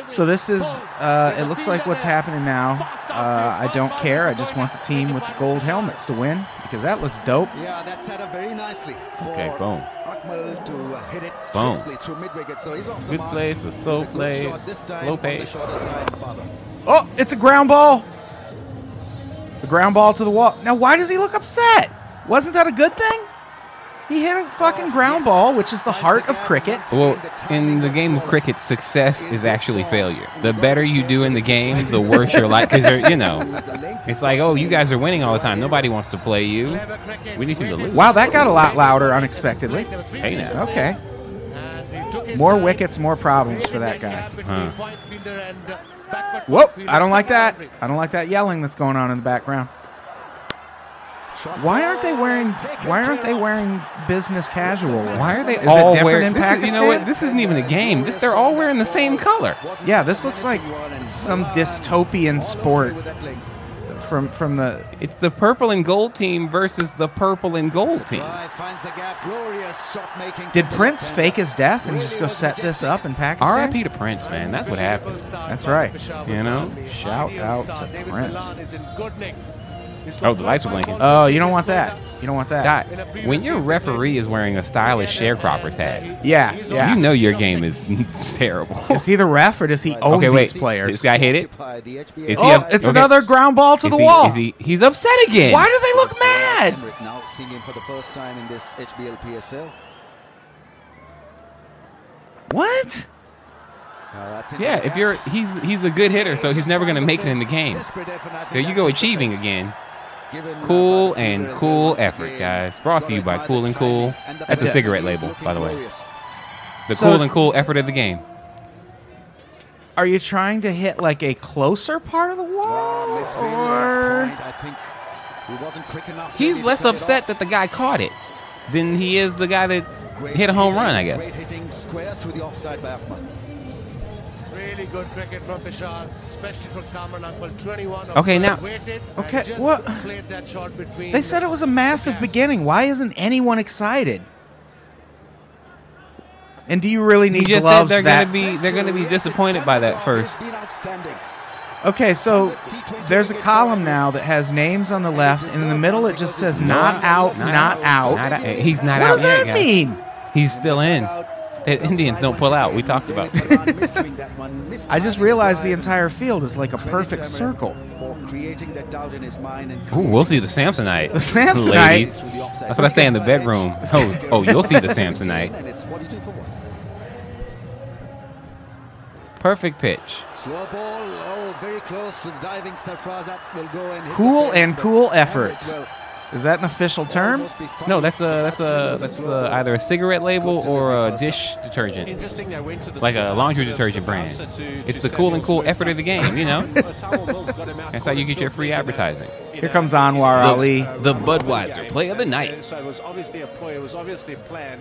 S2: So this is uh, it looks like what's happening now. Uh, I don't care. I just want the team with the gold helmets to win because that looks dope.
S6: Yeah, that's set up very nicely. For
S3: Okay, boom.
S6: Akmal to uh, hit it
S3: Boom.
S6: crisply through mid wicket, so he's off the
S3: Good
S6: mark.
S3: play, it's a slow
S6: With a good
S3: play,
S6: shot this time
S3: slow
S6: on the
S3: pace.
S6: shorter side, Baba.
S2: Oh, it's a ground ball. The ground ball to the wall. Now, why does he look upset? Wasn't that a good thing? He hit a fucking ground
S6: yes.
S2: ball, which is the heart of
S6: Finds the
S2: cricket.
S6: gap.
S3: Well, in the game of cricket, success is actually failure. The better you do in the game, the worse your life. Because you know, it's like, oh, you guys are winning all the time. Nobody wants to play you. We need you to lose.
S2: Wow, that got a lot louder unexpectedly.
S3: Hey now.
S2: Okay.
S7: Uh,
S2: More wickets, more problems for that guy.
S7: uh,
S2: Whoop! I don't like that. I don't like that yelling that's going on in the background.
S6: Shot
S2: Why aren't they wearing
S6: Taken
S2: Why aren't
S6: care
S2: they
S6: of.
S2: wearing business casual?
S3: Why are they
S2: Is it
S3: all
S2: different
S3: wearing?
S2: in
S3: This is, you know
S2: Pakistan?
S3: what? This isn't even a game. This, they're all wearing the same color.
S2: Yeah, this looks like some dystopian
S6: All
S2: sport
S6: okay with that length.
S2: from from the
S3: It's the purple and gold team versus the purple and gold team.
S6: Clive finds the gap. Glorious shot making.
S2: Did
S6: from the
S2: Prince
S6: defender.
S2: fake his death and
S6: Really
S2: just go
S6: was
S2: set this
S6: majestic.
S2: up in Pakistan?
S3: R.I.P. to Prince, man. That's what happened.
S2: That's right.
S3: You know?
S2: Shout out to Prince.
S3: Oh, the lights are blinking.
S2: Oh, you don't want that. You don't want that.
S3: Doc, when your referee is wearing a stylish sharecropper's hat,
S2: Yeah, yeah.
S3: you know your game is terrible.
S2: Is he the ref or does he own
S3: Okay, wait.
S2: these players?
S3: This guy hit it.
S6: Occupy the HBA
S3: Is he
S2: oh,
S3: up-
S2: it's
S3: okay.
S2: another ground ball to
S3: Is
S2: the
S3: he-
S2: wall.
S3: is he- he's upset again.
S2: Why do they look mad?
S6: Emmerich now seeing him for the first time in this HBL PSL.
S2: What?
S6: Now Uh, that's into
S3: Yeah,
S6: the
S3: if
S6: gap.
S3: you're he's he's a good hitter, so he's never gonna make it in the game.
S6: Desperate effort, I think
S3: There you
S6: that's
S3: go,
S6: a
S3: achieving
S6: defense.
S3: again.
S6: Given, uh,
S3: Cool
S6: by the
S3: and
S6: fielder as well
S3: cool
S6: once
S3: effort,
S6: again.
S3: guys. Brought to you
S6: Got
S3: by
S6: it
S3: Cool
S6: the
S3: and Cool.
S6: timing and the
S3: That's a
S6: penalty.
S3: cigarette
S6: He's
S3: label,
S6: looking
S3: by the way.
S6: glorious.
S3: The
S2: So-
S3: cool and cool effort of the game.
S2: Are you trying to hit like a closer part of the
S6: Ah,
S2: wall?
S6: misfield at that
S2: Or
S6: point. I think he wasn't quick enough
S3: He's
S6: really to
S3: less
S6: put it
S3: upset
S6: off.
S3: that the guy caught it than he is the guy that
S6: Great
S3: hit a home
S6: hitting,
S3: run, I guess.
S6: Great hitting square through the offside by Ahmad.
S7: Really good cricket from Vishal, especially for Kamran Akmal. 21. of
S3: Okay,
S7: them
S3: now-
S7: Waited and
S2: Okay,
S7: just
S2: what-
S7: Played that shot between
S2: they said it was a massive beginning. Why isn't anyone excited? And do you really
S3: He
S2: need
S3: just said
S2: gloves
S3: they're
S2: that
S3: gonna be they're gonna be disappointed by that first.
S6: He's been outstanding.
S2: Okay, so there's a column now that has names on the left, and in the middle it just says not out, not
S3: Not
S2: out.
S3: out. He's not
S2: What
S3: out
S2: does
S3: yet,
S2: that
S3: guys.
S2: mean?
S3: He's still in.
S6: Out.
S3: The Indians don't pull out. We talked about this.
S2: I just realized the entire field is like a perfect circle.
S6: For creating that doubt in his mind and
S3: Ooh, we'll see the Samsonite.
S2: The Samsonite.
S3: Ladies.
S6: through the offside.
S3: That's what I say in the bedroom. Oh, oh, you'll see the Samsonite.
S6: And it's 42 for one.
S3: Perfect pitch.
S6: Slow ball, oh, very close to the diving Sarfraz. That will go and hit
S2: Cool
S6: the fence,
S2: and
S6: but
S2: cool
S6: Emmerich
S2: effort.
S6: will
S2: Is that an official term? uh,
S6: almost be fine.
S3: No, that's a that's a
S6: Batsman with
S3: that's
S6: slow
S3: a,
S6: ball.
S3: either a cigarette label or a dish detergent.
S8: Interesting they went to the
S3: Like a
S8: side
S3: laundry
S8: to-
S3: detergent
S8: for
S3: brand.
S8: answer to-
S3: It's
S8: to
S3: the cool and
S8: Samuel's
S3: cool
S8: first
S3: effort of the game, you know?
S8: Towel Mills got him out
S3: That's how
S8: cold
S3: you
S8: and
S3: get your
S8: short
S3: free
S8: in a-
S3: advertising.
S8: in
S2: Here
S8: a-
S2: comes
S8: in a-
S2: Anwar
S8: uh,
S2: Ali.
S3: The
S8: run
S3: Budweiser
S8: game.
S3: play of the night.
S8: Uh, So it was obviously a ploy. It was obviously a plan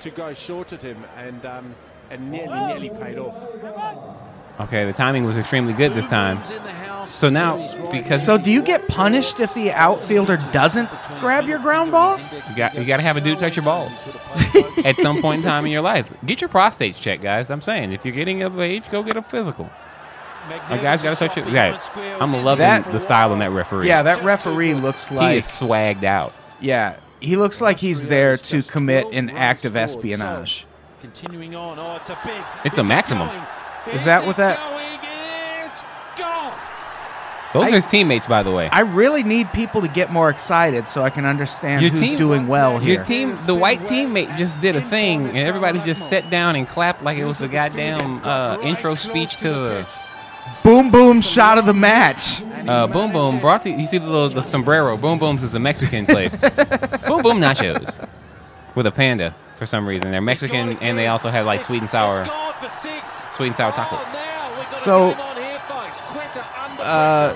S8: to go short at him and um, and nearly nearly paid off.
S3: Okay, the timing was extremely good this time. So now because
S2: So do you get punished if the outfielder doesn't grab your ground ball?
S3: you got you got to have a dude touch your balls at some point in time in your life. Get your prostates checked, guys. I'm saying if you're getting of age, go get a physical. Like, Oh, guys got to touch it. Guys, I'm loving
S2: That-
S3: the style on that referee.
S2: Yeah, that referee looks
S3: he
S2: like
S3: is swagged out.
S2: yeah, he looks like he's there to commit an act of espionage.
S8: Continuing on. Oh, it's a big.
S3: It's a maximum.
S2: Is that what that-
S3: Those
S2: I-
S3: are his teammates, by the way.
S2: I really need people to get more excited so I can understand
S3: Your
S2: who's
S3: team-
S2: doing well here.
S3: Your team, the white teammate, just did a thing, and everybody just sat down and clapped like it was the goddamn uh, intro speech to the
S2: boom boom shot of the match.
S3: uh, Boom Boom. Brought to you see the little the sombrero. Boom Boom's is a Mexican place. boom Boom Nachos with a panda for some reason. They're Mexican, and they also have like sweet and sour, sweet and sour
S8: Oh,
S3: taco.
S2: So, Uh,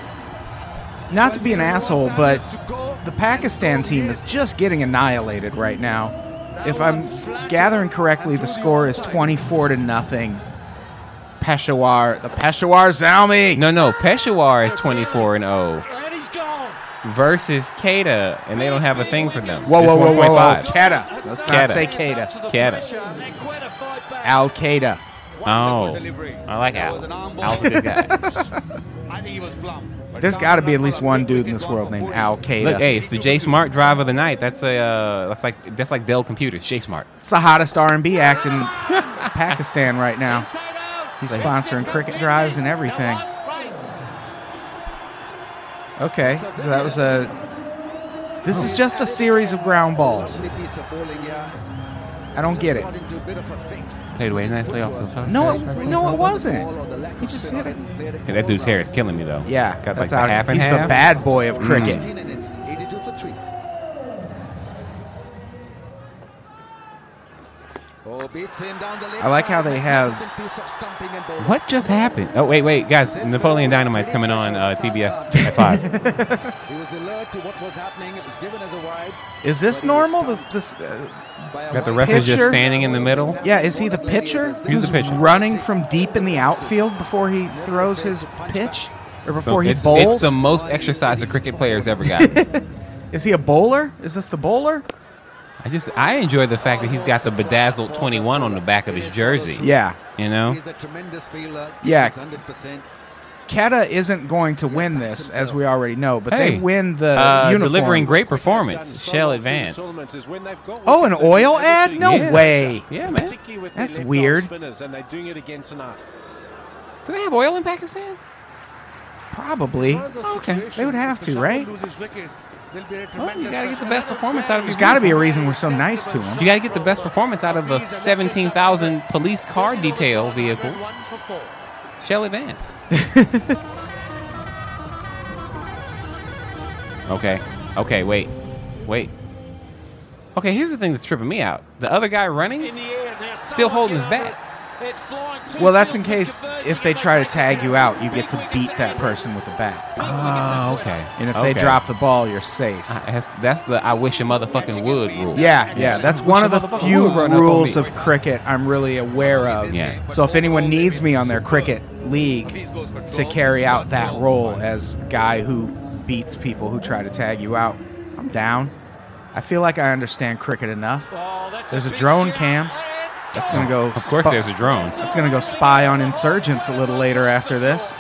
S2: not to be an asshole, but the Pakistan team is just getting annihilated right now. If I'm gathering correctly, the score is 24 to nothing. Peshawar, the Peshawar Zalmi.
S3: No, no, Peshawar is 24 and 0 versus Kedah, and they don't have a thing for them.
S2: Whoa, whoa,
S3: It's
S2: whoa, whoa, whoa.
S3: 1.5.
S2: Keda. Let's not
S3: Keda.
S2: say Keda.
S8: Al.
S2: Al Qaeda.
S3: Oh, I like Al. Al's a good guy.
S8: I think he was plumb.
S2: There's got to be at least one dude in this world named Al
S3: Look,
S2: Qaeda.
S3: hey, it's the J Smart drive of the night. That's a uh, that's like that's like Dell Computers, J Smart.
S2: It's the hottest R&B act in Pakistan right now. He's sponsoring cricket drives and everything. Okay, so that was a. This is just a series of ground balls.
S6: Lovely piece of bowling, yeah.
S2: I don't
S6: Just
S2: get it.
S6: got into a bit of a fix.
S3: Played away nicely off the side.
S2: No, it, no, it
S6: Ball or
S2: wasn't.
S6: the lack
S2: He
S6: of
S2: just hit
S6: spin on
S2: it.
S6: and cleared it
S3: Hey, that dude's hair is killing me though.
S2: Yeah,
S3: got like
S2: that's
S3: the
S2: out.
S3: half and
S2: he's
S3: half. Mm.
S2: the bad boy of cricket.
S6: 19 and it's 82 for three. Oh, beats him down the
S2: I like how they have-
S3: What just happened? Oh wait, wait, guys! Napoleon Dynamite's coming on uh, TBS at five.
S6: He was alert to what was happening. It was given as a wide
S2: Is this normal? This, this uh,
S6: by a
S3: Got the
S6: wide-
S3: referee just
S2: Pitcher?
S3: standing in the middle.
S2: yeah, is he the pitcher?
S6: He's
S3: the
S2: who's
S3: pitcher.
S2: Running from deep in the outfield before he throws his pitch or before he
S3: it's, it's
S2: bowls.
S3: the most exercise a cricket player's ever got.
S2: Is he a bowler? Is this the bowler?
S3: I just I enjoy the fact that he's got the bedazzled 21 on the back of his jersey.
S2: Yeah.
S3: You know,
S6: He's a tremendous fielder.
S2: Yeah.
S6: Gives us 100%.
S2: Keta isn't going to win this, as we already know, but
S3: hey,
S2: they win the
S3: uh,
S2: uniform.
S3: delivering great
S8: Done
S3: performance.
S8: so
S3: Shell
S8: well through the
S3: advance.
S8: tournament is when they've got
S2: Oh, an
S8: wickets and
S2: oil
S8: they're
S2: ad?
S8: able to
S2: No
S8: use
S2: way.
S8: that.
S3: Yeah, man.
S8: Particularly with their
S2: That's
S8: left-arm
S2: weird.
S8: Spinners, and they're doing it again tonight.
S3: Do they have oil in Pakistan?
S2: Probably.
S3: Okay.
S2: They would have to, right?
S3: Well, you gotta get the best performance out of
S2: There's got to be a reason we're so nice to him.
S3: You got to get the best performance out of a 17,000 police car detail vehicle. Shell advance. okay. Okay, wait. Wait. Okay, here's the thing that's tripping me out. The other guy running,
S9: In the air now.
S3: still
S9: Salah
S3: holding his
S9: Garner.
S3: bat.
S9: It's flying two
S2: Well, that's in
S9: fields,
S2: case
S9: converging,
S2: if they
S9: and
S2: try to
S9: take it
S2: tag you
S9: down.
S2: out, you
S9: Big
S2: get to
S9: wickets
S2: beat that
S9: out.
S2: person with the bat.
S9: Big wickets
S3: Oh,
S9: out.
S3: okay.
S2: And if they
S3: Okay.
S2: drop the ball, you're safe.
S3: I, that's, that's the I wish a motherfucking would rule.
S2: Yeah, yeah. That's one of the
S3: motherfucker
S2: few
S3: would run up on
S2: rules
S3: me.
S2: of cricket I'm really aware of.
S3: Yeah.
S2: So if anyone needs me on their cricket league to carry out that role as guy who beats people who try to tag you out, I'm down. I feel like I understand cricket enough.
S9: Oh, that's
S2: There's a
S9: big
S2: drone
S9: shot.
S2: cam. That's gonna go.
S3: Of course,
S2: spa-
S3: there's a drone.
S2: It's gonna go spy on insurgents a little later after this.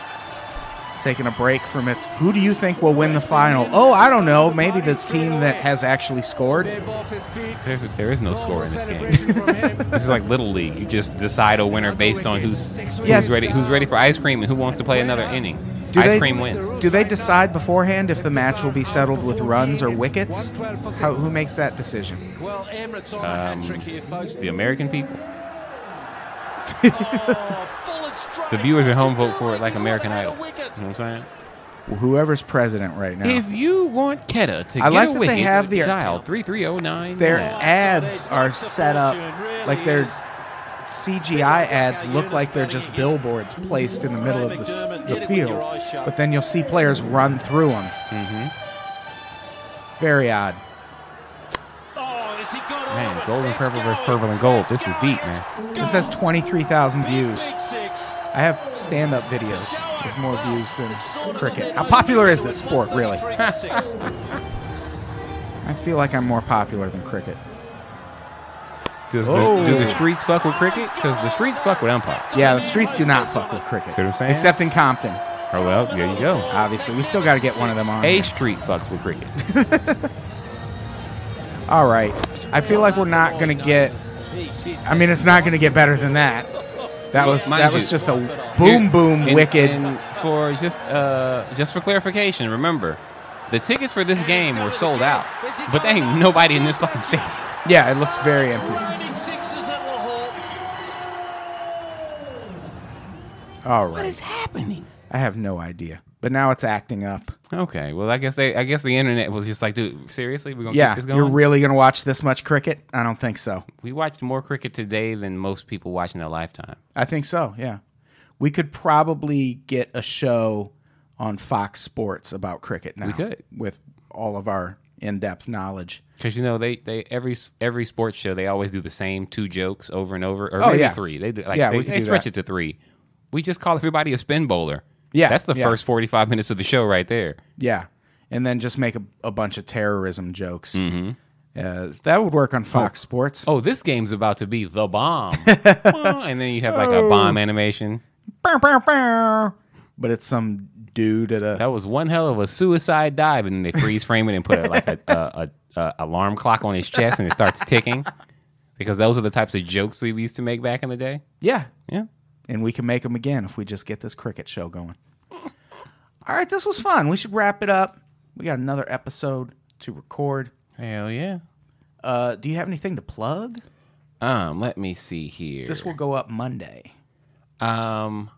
S2: Taking a break from its. Who do you think will win the final? Oh, I don't know. Maybe the team that has actually scored.
S9: Dib off his feet.
S3: There, there is no score in this game.
S9: Celebration from him.
S3: This is like little league. You just decide a winner based on who's
S2: Yeah.
S3: who's ready who's ready for ice cream and who wants to play another inning.
S2: Do
S3: ice
S2: they-
S3: cream wins.
S2: Do they decide beforehand if the match will be settled with runs or wickets? How, who makes that decision?
S9: Well, Emirates on a
S3: Um,
S9: hat trick here, folks.
S3: The American people.
S9: Oh, full and straight.
S3: The viewers at home
S9: Did
S3: vote for it like
S9: they
S3: American
S9: want
S3: Idol. Hmm.
S9: another
S3: You know
S9: wicket?
S3: what I'm saying?
S2: Well, whoever's president right now.
S3: If you want Keta to
S2: I
S3: get
S2: like that
S3: a
S2: they
S3: wicket,
S2: have the-
S3: dial three three zero nine.
S2: Their
S3: one.
S2: ads are set up like their CGI ads look like they're just billboards placed in the middle of the, s- the field, but then you'll see players run through them.
S3: Mm-hmm.
S2: Very odd.
S9: Oh, has he got
S3: Man,
S9: all of it?
S3: gold and
S9: It's
S3: purple versus
S9: going.
S3: purple and gold. This
S9: It's
S3: is
S9: going.
S3: deep, man.
S9: It's
S2: This
S9: going.
S2: has 23,000 views.
S9: Big six.
S2: I have stand-up videos with more views than cricket. How popular is this sport, really? I feel like I'm more popular than cricket.
S3: Does
S2: Oh.
S3: the, do the streets fuck with cricket? Because the streets fuck with umpires.
S2: Yeah, the streets do not fuck with cricket.
S3: See what I'm saying?
S2: Except in Compton,
S3: Oh well, there you go.
S2: obviously. We still got to get one of them on.
S3: A
S2: here.
S3: street fucks with cricket.
S2: All right. I feel like we're not going to get. I mean, it's not going to get better than that. That was
S3: Mind
S2: that
S3: you-
S2: was just a boom boom
S3: And-
S2: wicked.
S3: And for just uh, just for clarification, remember, the tickets for this game were sold out, but there ain't nobody in this fucking stadium.
S2: yeah, it looks very empty.
S9: Raining sixes at Lahore.
S2: All
S3: What
S2: right.
S3: is happening?
S2: I have no idea. But now it's acting up.
S3: Okay, well, I guess they, I guess the internet was just like, dude, seriously, we're gonna
S2: Yeah,
S3: keep this going.
S2: you're really going to watch this much cricket? I don't think so.
S3: we watched more cricket today than most people watch in their lifetime.
S2: I think so. Yeah, we could probably get a show on Fox Sports about cricket now.
S3: We could.
S2: with all of our in-depth knowledge.
S3: Because you know they, they every every sports show they always do the same two jokes over and over or
S2: Oh,
S3: maybe
S2: yeah.
S3: three they do, like
S2: Yeah,
S3: they,
S2: we could
S3: they
S2: do
S3: stretch
S2: that.
S3: it to three. We just call everybody a spin bowler.
S2: Yeah,
S3: that's the
S2: yeah.
S3: first forty five minutes of the show right there.
S2: Yeah, and then just make a, a bunch of terrorism jokes. Mm-hmm. Uh, that would work on Fox Sports.
S3: Oh, this game's about to be the bomb, Well, and then you have like
S2: Oh.
S3: a bomb animation.
S2: Bow, bow, bow. But it's some dude at a
S3: That was one hell of a suicide dive, and then they freeze frame it and put a, like a, a, a, a alarm clock on his chest, and it starts ticking. Because those are the types of jokes we used to make back in the day.
S2: yeah,
S3: Yeah.
S2: and we can make them again if we just get this cricket show going. All right, this was fun. We should wrap it up. We got another episode to record.
S3: Hell yeah.
S2: Uh, do you have anything to plug?
S3: Um, let me see here.
S2: This will go up Monday.
S3: Um,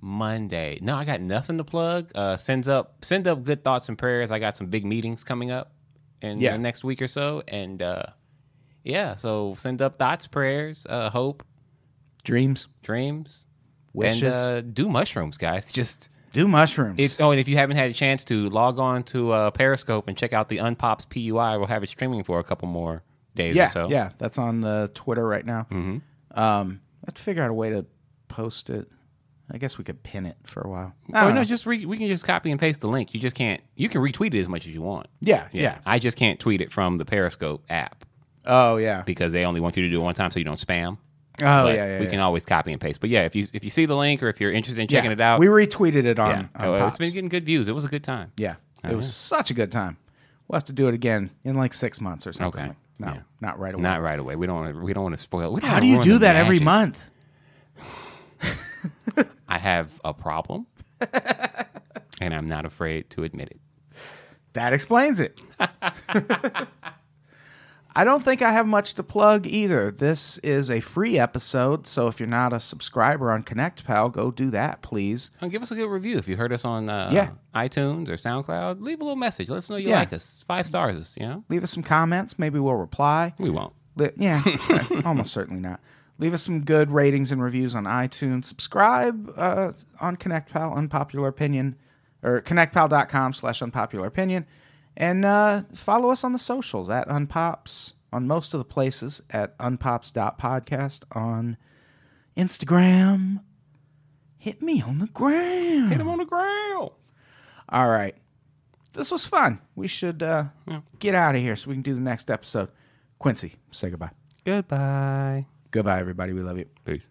S3: Monday. No, I got nothing to plug. Uh, sends up, send up good thoughts and prayers. I got some big meetings coming up in
S2: Yeah.
S3: the next week or so, and uh, yeah, so send up thoughts, prayers, uh, hope,
S2: Dreams.
S3: dreams, and
S2: Wishes.
S3: uh, do mushrooms, guys. Just
S2: Do mushrooms.
S3: if, oh, and if you haven't had a chance to log on to uh, Periscope and check out the Unpops PUI, we'll have it streaming for a couple more days
S2: yeah,
S3: or so.
S2: yeah. That's on the Twitter right now. Mm-hmm. Um, I have to figure out a way to post it. I guess we could pin it for a while. I
S3: Oh
S2: don't
S3: no,
S2: know.
S3: just re- we can just copy and paste the link. You just can't. You can retweet it as much as you want.
S2: yeah, yeah,
S3: I just can't tweet it from the Periscope app
S2: Oh yeah.
S3: because they only want you to do it one time so you don't spam.
S2: Oh
S3: but
S2: yeah, yeah.
S3: we
S2: yeah.
S3: can always copy and paste. But yeah, if you if you see the link or if you're interested in checking
S2: Yeah.
S3: it out,
S2: We retweeted it
S3: yeah,
S2: on. on
S3: Oh, it's
S2: Pops.
S3: been getting good Oh, views. It was a good time.
S2: Yeah, it was such a good time. We'll have to do it again in like six months or something.
S3: Okay.
S2: Like- no,
S3: Yeah.
S2: not right away.
S3: Not right away. We don't wanna, we don't want to spoil. We don't
S2: How
S3: wanna
S2: do you
S3: ruin
S2: do
S3: the
S2: that every
S3: magic.
S2: month?
S3: I have a problem, and I'm not afraid to admit it.
S2: That explains it. I don't think I have much to plug either. This is a free episode, so if you're not a subscriber on ConnectPal, go do that, please.
S3: And give us a good review if you heard us on uh,
S2: Yeah.
S3: iTunes or SoundCloud. Leave a little message. Let us know you
S2: Yeah.
S3: like us. Five stars, you know.
S2: Leave us some comments. Maybe we'll reply.
S3: We won't.
S2: Li- yeah, almost certainly not. Leave us some good ratings and reviews on iTunes. Subscribe uh, on ConnectPal, Unpopular Opinion, or connectpal.com slash unpopular opinion. And uh, follow us on the socials at Unpops, on most of the places at unpops.podcast on Instagram. Hit me on the gram.
S3: Hit 'em on the ground.
S2: All right. This was fun. We should uh, get out of here so we can do the next episode. Quincy, say goodbye.
S3: Goodbye.
S2: Goodbye, everybody. We love you.
S3: Peace.